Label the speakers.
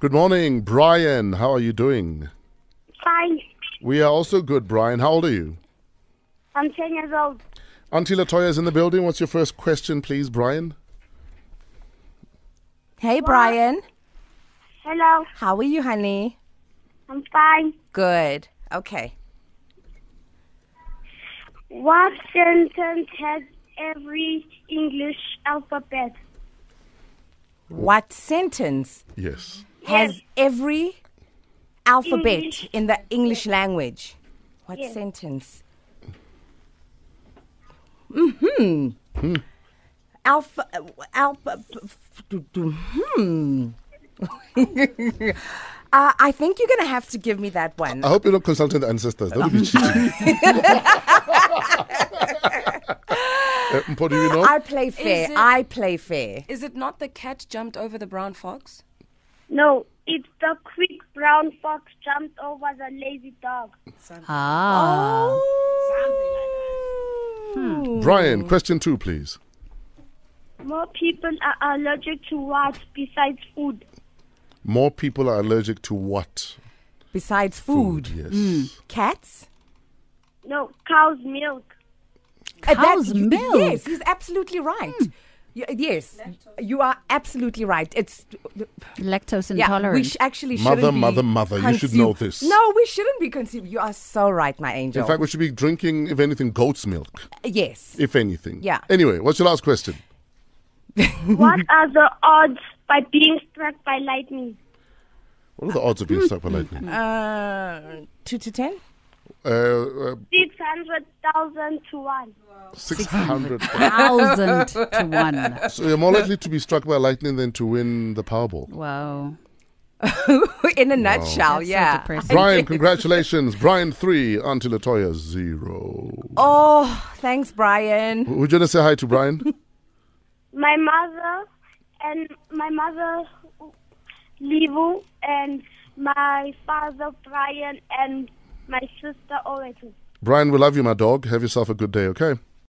Speaker 1: Good morning, Brian. How are you doing?
Speaker 2: Fine.
Speaker 1: We are also good, Brian. How old are you?
Speaker 2: I'm 10 years old.
Speaker 1: Auntie Latoya's in the building. What's your first question, please, Brian?
Speaker 3: Hey, Brian.
Speaker 2: Hello.
Speaker 3: How are you, honey?
Speaker 2: I'm fine.
Speaker 3: Good. Okay.
Speaker 2: What sentence has every English alphabet?
Speaker 3: What sentence
Speaker 1: Yes.
Speaker 3: has every alphabet
Speaker 2: English.
Speaker 3: in the English language? What
Speaker 2: Yes.
Speaker 3: sentence? Hmm. Mm-hmm. Alpha. Alpha. Hmm. uh, I think you're gonna have to give me that one.
Speaker 1: I hope you're not consulting the ancestors. That would be cheating. Eh, Uh, Mpo, do you know?
Speaker 3: I play fair.
Speaker 4: it-
Speaker 3: I play fair.
Speaker 4: Is it not the cat jumped over the brown fox?
Speaker 2: No, it's the quick brown fox jumped over the lazy dog.
Speaker 5: Ah.
Speaker 1: Brian, question two, please.
Speaker 2: More people are allergic to what besides food?
Speaker 1: More people are allergic to what?
Speaker 3: Besides food, mm,
Speaker 1: Yes.
Speaker 3: cats.
Speaker 2: No, cow's milk.
Speaker 3: Uh, that-
Speaker 5: Cow's
Speaker 3: y-
Speaker 5: milk. Hmm.
Speaker 3: Yes, he's absolutely right. Y- yes, you are absolutely right. It's
Speaker 5: Lactose
Speaker 3: yeah, we
Speaker 5: intolerant.
Speaker 3: sh- actually
Speaker 1: Mother,
Speaker 3: shouldn't be
Speaker 1: mother, mother, you should know
Speaker 3: consume-
Speaker 1: this.
Speaker 3: No, we shouldn't be conceived. You are so right, my angel. Uh,
Speaker 1: In fact, we should be drinking, if anything, goat's milk,
Speaker 3: yes.
Speaker 1: if anything.
Speaker 3: Yeah.
Speaker 1: Anyway, what's your last question?
Speaker 2: what are the odds by being struck by lightning?
Speaker 1: What are the odds of being struck by lightning?
Speaker 3: Uh, two to ten.
Speaker 1: Uh, uh,
Speaker 2: 600,000 to 1.
Speaker 1: 600.
Speaker 5: Thousand to one.
Speaker 1: so you're more likely to be struck by lightning than to win the Powerball.
Speaker 5: Wow.
Speaker 3: In a nutshell,
Speaker 5: That's so
Speaker 3: Oh, yeah.
Speaker 5: depressing.
Speaker 1: Brian, congratulations. Brian, three. Auntie Latoya, zero.
Speaker 3: oh, thanks, Brian.
Speaker 1: Would you want to say hi to Brian?
Speaker 2: My mother and my mother, Livu, and my father, Brian, and my sister, Oracle.
Speaker 1: Brian, we love you, my dog. Have yourself a good day, okay?